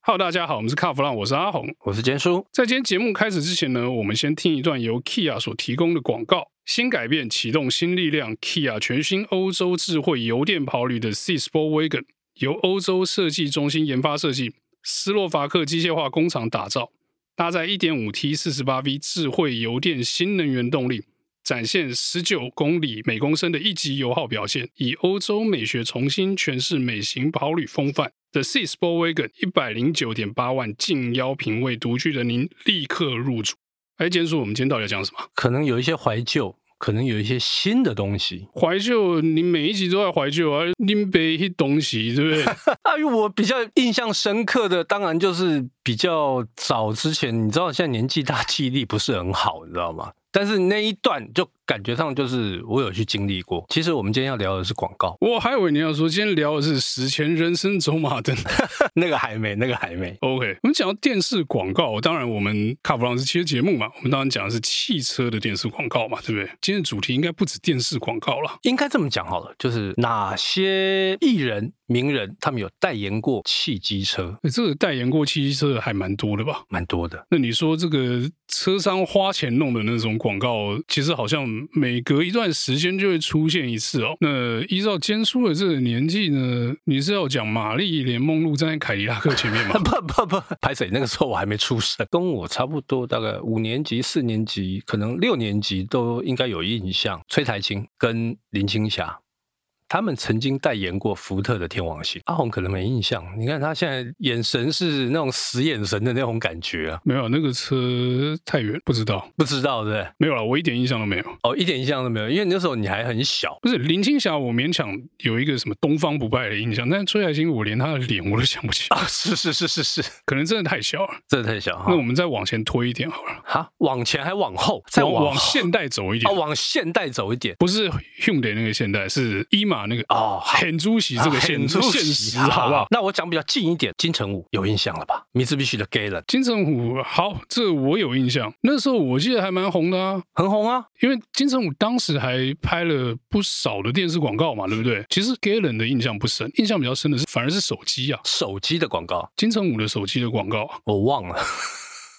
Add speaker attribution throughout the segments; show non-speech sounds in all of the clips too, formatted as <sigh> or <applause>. Speaker 1: Hello，大家好，我们是卡弗朗，我是阿红。
Speaker 2: 我是坚叔，
Speaker 1: 在今天节目开始之前呢，我们先听一段由 Kia 所提供的广告。新改变，启动新力量，Kia 全新欧洲智慧油电跑旅的 C Sport Wagon，由欧洲设计中心研发设计，斯洛伐克机械化工厂打造，搭载 1.5T 48V 智慧油电新能源动力，展现19公里每公升的一级油耗表现，以欧洲美学重新诠释美型跑旅风范。The Sea Sport Wagon 一百零九点八万，近腰品味独具的您立刻入主。哎，简叔，我们今天到底要讲什么？
Speaker 2: 可能有一些怀旧，可能有一些新的东西。
Speaker 1: 怀旧，你每一集都在怀旧啊，拎杯一东西，对不对？
Speaker 2: 啊，我比较印象深刻的，当然就是比较早之前，你知道现在年纪大， <laughs> 记忆力不是很好，你知道吗？但是那一段就感觉上就是我有去经历过。其实我们今天要聊的是广告， <laughs>
Speaker 1: 我还以为你要说今天聊的是史前人生走马灯。 <laughs>
Speaker 2: 那个还没，那个还没。
Speaker 1: OK，我们讲到电视广告，当然我们卡弗朗是汽车节目嘛，我们当然讲的是汽车的电视广告嘛，对不对？今天的主题应该不止电视广告了。
Speaker 2: 应该这么讲好了，就是哪些艺人、名人他们有代言过汽机车，
Speaker 1: 哎这个代言过汽车的还蛮多的吧？
Speaker 2: 蛮多的。
Speaker 1: 那你说这个车商花钱弄的那种广告，其实好像每隔一段时间就会出现一次哦。那依照坚叔的这个年纪呢，你是要讲玛丽莲梦露站在凯迪拉克前面吗？ <laughs>
Speaker 2: <laughs> 不不不，拍谁？那个时候我还没出生，跟我差不多，大概五年级、四年级，可能六年级都应该有印象。崔台青跟林青霞，他们曾经代言过福特的天王星。阿红可能没印象，你看他现在眼神是那种死眼神的那种感觉啊，
Speaker 1: 没有，那个车太远，不知道。
Speaker 2: 不知道对不对？
Speaker 1: 没有了，我一点印象都没有。
Speaker 2: 哦，一点印象都没有，因为那时候你还很小。
Speaker 1: 不是林青霞，我勉强有一个什么东方不败的印象，但是崔海星，我连她的脸我都想不起来，
Speaker 2: 啊，是是是是是，
Speaker 1: 可能真的太小了。
Speaker 2: 这太小哈
Speaker 1: 那我。们再往前推一点好了，
Speaker 2: 好，往前还往后，再
Speaker 1: 往
Speaker 2: 往
Speaker 1: 往现代走一
Speaker 2: 啊，
Speaker 1: 点，
Speaker 2: 往现代走一点
Speaker 1: 不是 Hyundai 那个现代，是伊玛那个
Speaker 2: 哦。好
Speaker 1: 啊很啊猪喜这个现、
Speaker 2: 很出
Speaker 1: 现
Speaker 2: 息
Speaker 1: 实，好不好？？
Speaker 2: 那我讲比较近一点，金城武有印象了吧？米兹必须的 Galen
Speaker 1: 金城武好，这我有印象，那时候我记得还蛮红的啊。
Speaker 2: 很红啊，
Speaker 1: 因为金城武当时还拍了不少的电视广告嘛，对不对？其实 Galen 的印象不深，印象比较深的是反而是手机啊，
Speaker 2: 手机的广告
Speaker 1: 金城武的手机的广告啊，
Speaker 2: 我忘了， <laughs>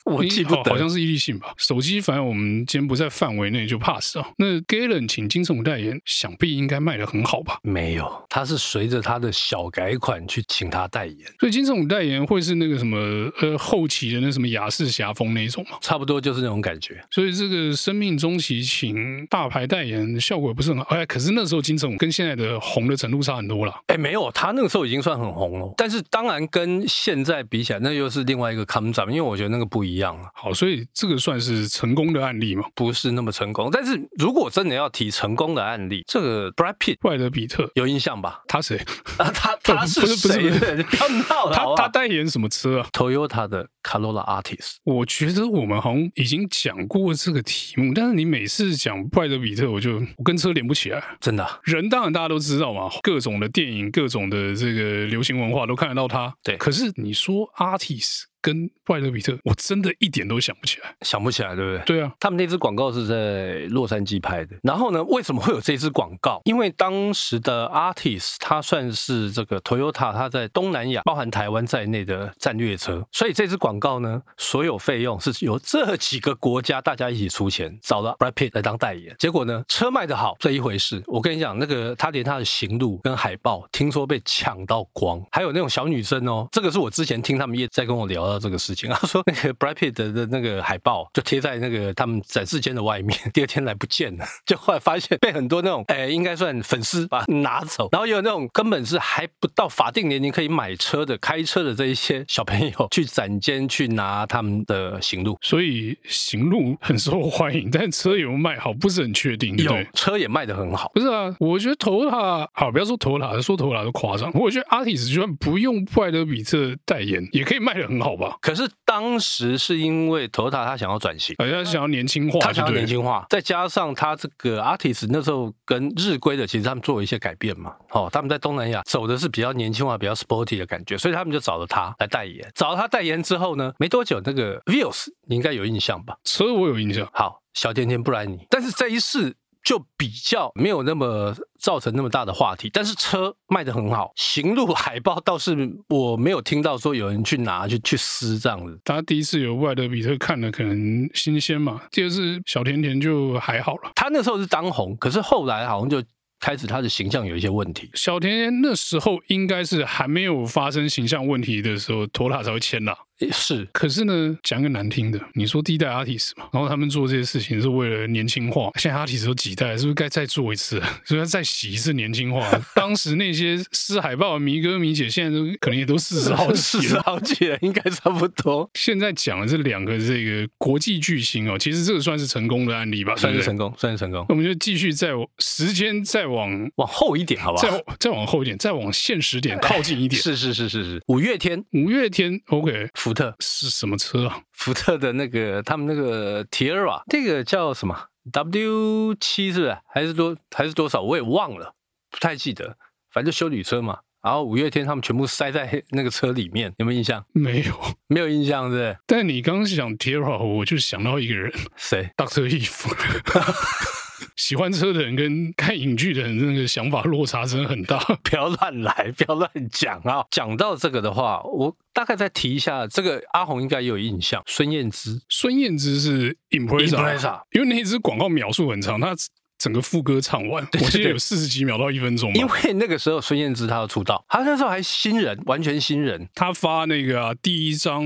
Speaker 2: 我记不
Speaker 1: 哎好
Speaker 2: 得，
Speaker 1: 好像是伊利信吧。手机反正我们今天不在范围内，就 pass 啊。那 Galen 请金城武代言，想必应该卖的很好吧？
Speaker 2: 没有，他是随着他的小改款去请他代言，
Speaker 1: 所以金城武代言会是那个什么呃后期的那什么雅士侠风那一种吗？
Speaker 2: 差不多就是那种感觉。
Speaker 1: 所以这个生命中期请大牌代言效果也不是很好，哎，可是那时候金城武跟现在的红的程度差很多了。
Speaker 2: 哎，没有，他那个时候已经算很红了，但是当然跟现在比起来，那又是另外一个 come down，因为我觉得那个不一样了，
Speaker 1: 好，所以这个算是成功的案例嘛？
Speaker 2: 不是那么成功。但是如果真的要提成功的案例，这个 Brad Pitt
Speaker 1: 怪德比特
Speaker 2: 有印象吧？ <laughs>
Speaker 1: 他谁？
Speaker 2: 啊，他他是
Speaker 1: 不是不
Speaker 2: 谁？ <laughs>
Speaker 1: 是不是
Speaker 2: 对不要闹了，好啊
Speaker 1: 他
Speaker 2: 不好
Speaker 1: 他代言什么车啊？
Speaker 2: Toyota 的 Corolla Artist，
Speaker 1: 我觉得我们好像已经讲过这个题目，但是你每次讲怪德比特，我就我跟车连不起来。
Speaker 2: 真的啊
Speaker 1: 人当然大家都知道嘛，各种的电影、各种的这个流行文化都看得到他。
Speaker 2: 对
Speaker 1: 可是你说 artist 跟怪德比特，我真的一点都想不起来。
Speaker 2: 想不起来，对不对？
Speaker 1: 对啊，
Speaker 2: 他们那支广告是在洛杉矶拍的。然后呢，为什么会有这支广告？因为当时的 Artist 它算是这个 Toyota 它在东南亚，包含台湾在内的战略车，所以这支广告呢，所有费用是由这几个国家大家一起出钱，找了 Brad Pitt 来当代言。结果呢，车卖得好这一回事，我跟你讲，那个他连他的行路跟海报，听说被抢到光，还有那种小女生哦，这个是我之前听他们也在跟我聊到这个事情， <laughs> 他说那个 Brad Pitt 的的那个海报就贴在那个他们展示间的外面，第二天来不见了， <laughs> 就后来发现被很多那种哎，应该算粉丝把它拿走，然后也有那种根本是还不到法定年龄可以买车的、开车的这一些小朋友去展间去拿他们的行路。
Speaker 1: 所以行路很受欢迎，但车有没有卖好不是很确定。对不
Speaker 2: 有
Speaker 1: 对
Speaker 2: 车也卖得很好，
Speaker 1: 不是啊，我觉得头塔好，不要说头塔，说头塔都夸张。我觉得 artist 就算不用布莱德比特代言，也可以卖的很好吧？
Speaker 2: 可是当时是因为 Toyota 他想要转型，
Speaker 1: 好像想要年轻化，
Speaker 2: 他想要
Speaker 1: 对
Speaker 2: 年
Speaker 1: 不对
Speaker 2: 轻化，再加上他这个 artist 那时候跟日规的，其实他们做了一些改变嘛，哦，他们在东南亚走的是比较年轻化、比较 sporty 的感觉，所以他们就找了他来代言。找了他代言之后呢，没多久那个 Vios 你应该有印象吧？
Speaker 1: 车我有印象，
Speaker 2: 好，小甜甜布兰妮，但是这一世。就比较没有那么造成那么大的话题，但是车卖的很好，行路海报倒是我没有听到说有人去拿去去撕这样子。
Speaker 1: 大家第一次有外德比特看了，可能新鲜嘛。第二次小甜甜就还好了。
Speaker 2: 他那时候是当红，可是后来好像就开始他的形象有一些问题。
Speaker 1: 小甜甜那时候应该是还没有发生形象问题的时候，托塔才会签啦。
Speaker 2: 诶是
Speaker 1: 可是呢，讲个难听的，你说第一代 artist 嘛，然后他们做这些事情是为了年轻化。现在 artist 都几代，是不是该再做一次啊？ <laughs> 是不是要再洗一次年轻化？ <laughs> 当时那些撕海报的迷哥迷姐，现在都可能也都四十
Speaker 2: <laughs>
Speaker 1: 好
Speaker 2: 四
Speaker 1: 几
Speaker 2: 十
Speaker 1: 了。
Speaker 2: 好几人应该差不多，
Speaker 1: 现在讲的这两个这个国际巨星哦，其实这个啊算是成功的案例吧，
Speaker 2: 算是
Speaker 1: 对不对
Speaker 2: 成功，算是成功。
Speaker 1: 我们就继续再往时间再往
Speaker 2: 往后一点，好不好？
Speaker 1: 再再往后一点，再往现实点靠近一点。
Speaker 2: 是是是是是，五月天、
Speaker 1: 五月天，OK，
Speaker 2: 福特、
Speaker 1: 是什么车啊？ <laughs>
Speaker 2: 福特的那个他们那个 Tierra，这个叫什么 W 七是不是？还是多还是多少？我也忘了，不太记得。反正就修理车嘛。然后五月天他们全部塞在那个车里面，有没有印象？
Speaker 1: 没有。
Speaker 2: 没有印象，对
Speaker 1: 但你刚刚讲 Tierra，我就想到一个人
Speaker 2: 不对？谁？
Speaker 1: ，Doctor Eve。喜欢车的人跟看影剧的人那个想法落差真的很大。
Speaker 2: <laughs> 不要乱来，不要乱讲啊！讲到这个的话，我大概再提一下，这个阿红应该也有印象，孙燕姿。
Speaker 1: 孙燕姿是 Impresa，
Speaker 2: Impreza
Speaker 1: 因为那一支广告描述很长，她整个副歌唱完，
Speaker 2: 对
Speaker 1: 我记得
Speaker 2: 对
Speaker 1: 有四十几秒到一分钟吧。
Speaker 2: 因为那个时候孙燕姿她要出道，她那时候还新人，完全新人，
Speaker 1: 他发那个、啊、第一张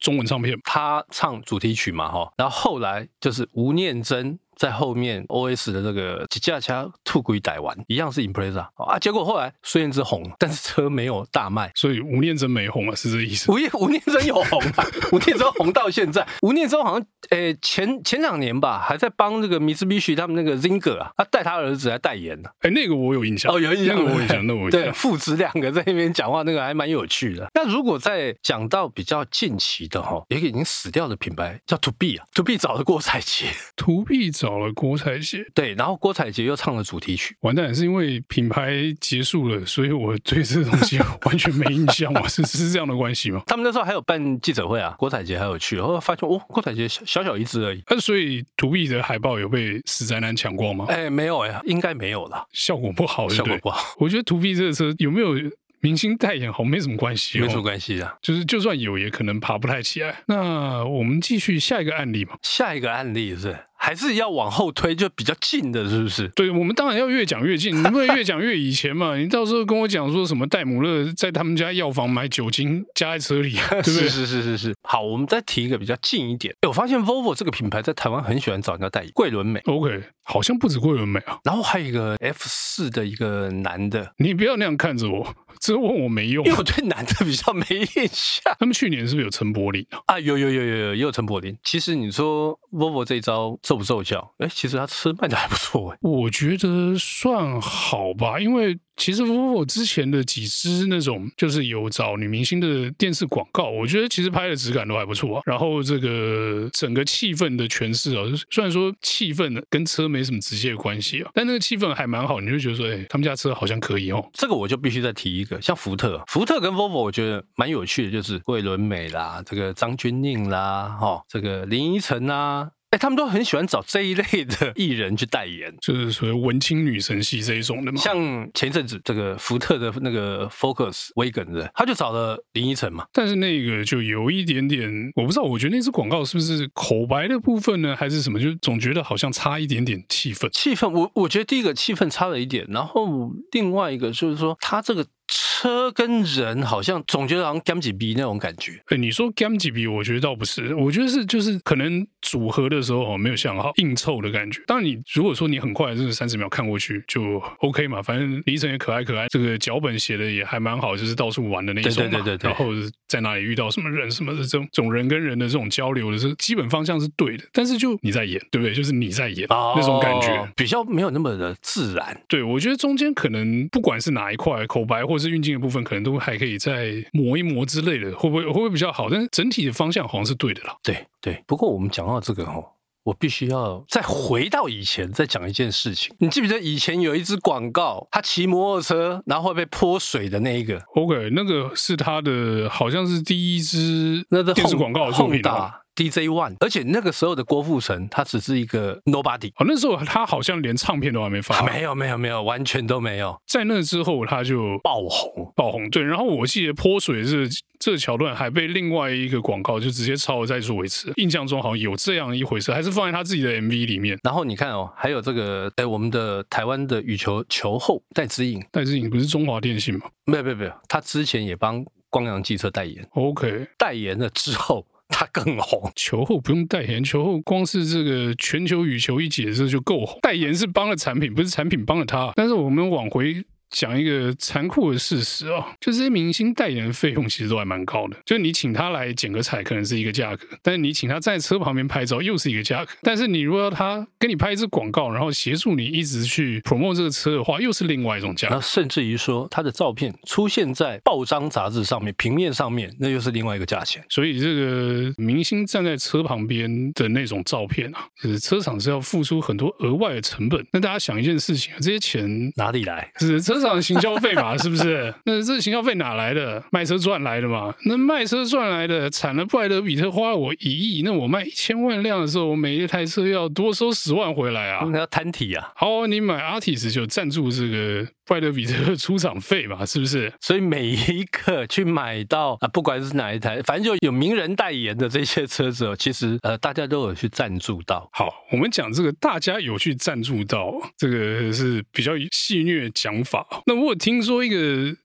Speaker 1: 中文唱片，
Speaker 2: 她唱主题曲嘛哈，然后后来就是吴念真在后面 OS 的这个几架车吐鬼逮完，一样是 Impresa 啊，结果后来孙燕姿红了，但是车没有大卖。
Speaker 1: 所以吴念真没红啊，是这意思？
Speaker 2: <laughs> 吴念吴念真有红啊， <laughs> 吴念真红到现在，吴念真好像呃前前两年吧，还在帮那个 Mitsubishi 他们那个 Zinger 啊，他带他儿子来代言呢、
Speaker 1: 哎、那个我有印象，
Speaker 2: 哦，有印象，
Speaker 1: 那个我有
Speaker 2: <laughs> 对
Speaker 1: 印象，那个我有印
Speaker 2: 对，
Speaker 1: 象。
Speaker 2: 父子两个在那边讲话，那个还蛮有趣的。那如果在讲到比较近期的哈、有一个已经死掉的品牌叫 To B 啊，To B 找了郭采洁，
Speaker 1: 图币找了郭采洁，
Speaker 2: 对，然后郭采洁又唱了主题曲。
Speaker 1: 完蛋，是因为品牌结束了，所以我对这东
Speaker 2: <laughs>
Speaker 1: 西完全没印象嘛？是是这样的关系吗？
Speaker 2: 他们那时候还有办记者会啊，郭采洁还有去，然后发现哦，郭采洁小小小一只而已。
Speaker 1: 那、啊所以图币的海报有被死宅男抢光吗？
Speaker 2: 哎，没有哎，应该没有啦，
Speaker 1: 效果不好，对
Speaker 2: 效
Speaker 1: 不
Speaker 2: 果
Speaker 1: 对？
Speaker 2: 不好，
Speaker 1: 我觉得图币这个车有没有明星代言好没什么关系、哦，
Speaker 2: 没什么关系啊。
Speaker 1: 就是就算有，也可能爬不太起来。那我们继续下一个案例吧。
Speaker 2: 下一个案例是还是要往后推，就比较近的，是不是？
Speaker 1: 对，我们当然要越讲越近，你不能越讲越以前
Speaker 2: <laughs>
Speaker 1: 嘛。你到时候跟我讲说什么戴姆勒在他们家药房买酒精加在车里，啊对不对？
Speaker 2: 是是是是是，好，我们再提一个比较近一点。哎我发现 Volvo 这个品牌在台湾很喜欢找人家代言，桂纶镁。
Speaker 1: OK，好像不止桂纶镁啊，
Speaker 2: 然后还有一个 F 四的一个男的，
Speaker 1: 你不要那样看着我，这问我没用啊
Speaker 2: 因。为我对男的比较没印象
Speaker 1: 他们去年是不是有陈柏霖啊？
Speaker 2: 啊。有有有有有，也有陈柏霖。其实你说 Volvo 这一招奏不奏效？哎，其实他吃卖的还不错哎。
Speaker 1: 我觉得算好吧，因为其实 vivo 之前的几支那种就是有找女明星的电视广告，我觉得其实拍的质感都还不错啊。然后这个整个气氛的诠释啊，虽然说气氛跟车没什么直接的关系啊，但那个气氛还蛮好，你就觉得说，哎、他们家车好像可以哦。
Speaker 2: 这个我就必须再提一个，像福特，福特跟 Volvo 我觉得蛮有趣的，就是桂纶镁啦，这个张钧甯啦，哈、这个林依晨啦，哎，他们都很喜欢找这一类的艺人去代言。
Speaker 1: 就是所谓文青女神系这一种的嘛，
Speaker 2: 像前一阵子这个福特的那个 Focus 威梗的，他就找了林依晨嘛，
Speaker 1: 但是那个就有一点点，我不知道，我觉得那支广告是不是口白的部分呢，还是什么，就总觉得好像差一点点气氛。
Speaker 2: 气氛，我我觉得第一个气氛差了一点，然后另外一个就是说，他这个车跟人好像总觉得好像 gam 几逼那种感觉。
Speaker 1: 哎，你说 gam 几笔，我觉得倒不是，我觉得是就是可能组合的时候哦没有想好，硬凑的感觉。当然，你如果说你很快，就是三十秒看过去就 OK 嘛，反正李晨也可爱可爱，这个脚本写的也还蛮好，就是到处玩的那一种嘛。
Speaker 2: 对对对对对
Speaker 1: 然后在哪里遇到什么人什么的，这种这种人跟人的这种交流的是基本方向是对的，但是就你在演，对不对？就是你在演、那种感觉
Speaker 2: 哦。比较没有那么的自然，
Speaker 1: 对，我觉得中间可能不管是哪一块口白或是运镜的部分，可能都还可以再磨一磨之类的，会不会会不会比较好？但是整体的方向好像是对的啦。
Speaker 2: 对对。不过我们讲到这个哦，我必须要再回到以前，再讲一件事情。你记不记得以前有一支广告，他骑摩托车，然后会被泼水的那一个，
Speaker 1: OK，那个是他的，好像是第一支
Speaker 2: 那是
Speaker 1: 电视广告的作品、啊
Speaker 2: Honda DJ One，而且那个时候的郭富城他只是一个 nobody，
Speaker 1: 哦，那时候他好像连唱片都还没发，
Speaker 2: 没有没有没有，完全都没有
Speaker 1: 在那之后他就
Speaker 2: 爆红。
Speaker 1: 爆红。对，然后我记得泼水这这桥段还被另外一个广告就直接抄了再做一次，印象中好像有这样一回事，还是放在他自己的 MV 里面。
Speaker 2: 然后你看哦，还有这个哎，我们的台湾的羽球球后戴资颖，
Speaker 1: 戴志颖不是中华电信吗
Speaker 2: 没有没有没有，他之前也帮光阳汽车代言，
Speaker 1: ？OK，
Speaker 2: 代言了之后他更红。
Speaker 1: 哦球后不用代言，球后光是这个全球羽球一姐这就够红。代言是帮了产品，不是产品帮了他。但是我们往回。讲一个残酷的事实啊、就这些明星代言的费用其实都还蛮高的。就你请他来剪个彩，可能是一个价格；但是你请他在车旁边拍照，又是一个价格。但是你如果要他跟你拍一支广告，然后协助你一直去 promote 这个车的话，又是另外一种价
Speaker 2: 然
Speaker 1: 格
Speaker 2: 后。甚至于说，他的照片出现在报章杂志上面、平面上面，那又是另外一个价钱。
Speaker 1: 所以这个明星站在车旁边的那种照片啊，就是车厂是要付出很多额外的成本。那大家想一件事情啊，这些钱。
Speaker 2: 哪里来？
Speaker 1: 是车厂的行销费嘛，是不是？那这行销费哪来的？卖车赚来的嘛。那卖车赚来的，产了布莱德比特花了我一亿，那我卖一千万辆的时候，我每一台车要多收十万回来啊
Speaker 2: 他。们要摊体啊，
Speaker 1: 好，你买 Artis 就赞助这个布莱德比特出厂费嘛，是不是？
Speaker 2: 所以每一个去买到啊，不管是哪一台，反正就有名人代言的这些车子哦，其实呃，大家都有去赞助到。
Speaker 1: 好，我们讲这个大家有去赞助到，这个是比较戏谑的讲法。哦那我有听说一个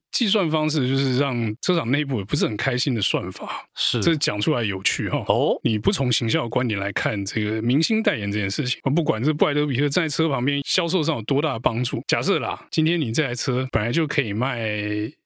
Speaker 1: 计算方式，就是让车厂内部也不是很开心的算法，
Speaker 2: 是
Speaker 1: 这讲出来有趣哈、
Speaker 2: 哦，
Speaker 1: 你不从行销的观点来看这个明星代言这件事情，不管是布莱德比特在车旁边销售上有多大的帮助，假设啦，今天你这台车本来就可以卖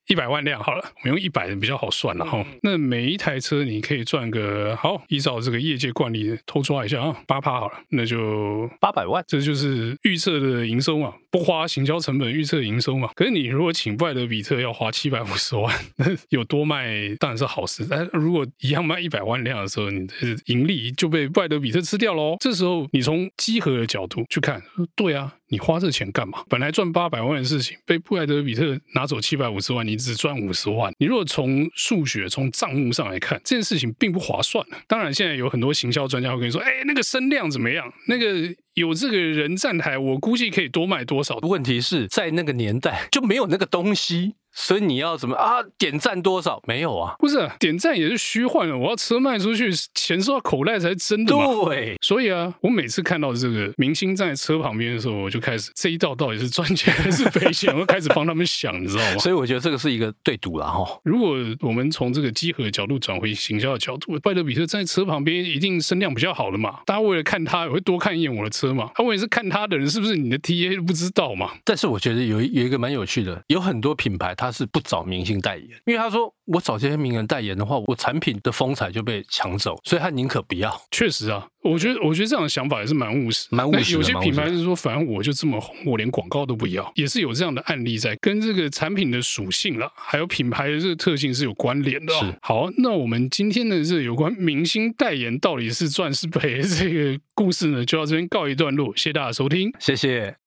Speaker 1: 一百万辆好了，我们用一百比较好算了哈、那每一台车你可以赚个好，依照这个业界惯例偷抓一下啊，八趴好了，那就
Speaker 2: 八百万，
Speaker 1: 这就是预测的营收嘛，不花行销成本预测营收嘛。可是你如果请布莱德比特要花七百五十万，那有多卖当然是好事。但如果一样卖一百万辆的时候，你的盈利就被布莱德比特吃掉喽。这时候你从稽核的角度去看，对啊，你花这钱干嘛？本来赚八百万的事情，被布莱德比特拿走七百五十万，你只赚五十万。你如果从数学、从账目上来看，这件事情并不划算啊当然，现在有很多行销专家会跟你说：“哎，那个声量怎么样？那个有这个人站台，我估计可以多卖多少。”
Speaker 2: 问题是在那个年代就没有那个东西，所以你要怎么啊？点赞多少？没有啊。
Speaker 1: 不是、啊、点赞也是虚幻的，我要车卖出去，钱收到口袋才是真的嘛。
Speaker 2: 对，哦
Speaker 1: 所以啊，我每次看到这个明星在车旁边的时候，我就开始这一道到底是赚钱还是赔钱，我就开始帮他们想，你知道吗？
Speaker 2: 所以我觉得这个是一个对赌了哈。
Speaker 1: 如果我们从这个集合的角度转回行销的角度，拜德比特在车旁边一定声量比较好的嘛，大家为了看他也会多看一眼我的车嘛。他、啊、我也是看他的人是不是你的 TA 都不知道嘛？
Speaker 2: 但是我觉得有一有一个蛮有趣的，有很多品牌它是不找明星代言，因为他说我找这些名人代言的话，我产品的风采就被抢走，所以他宁可不要。
Speaker 1: 确实啊，我觉得我觉得这样的想法也是蛮务实的，
Speaker 2: 蛮务实的
Speaker 1: 那有些
Speaker 2: 蛮务实
Speaker 1: 品
Speaker 2: 的
Speaker 1: 牌是说，反正我就这么红，我连广告都不要，也是有这样的案例在，跟这个产品的属性啦，还有品牌的这个特性是有关联的、哦
Speaker 2: 是。
Speaker 1: 好，那我们今天的这有关明星代 <laughs> 言到底是赚是赔这个故事呢，就到这边告一段落，谢谢大家收听。
Speaker 2: 谢谢。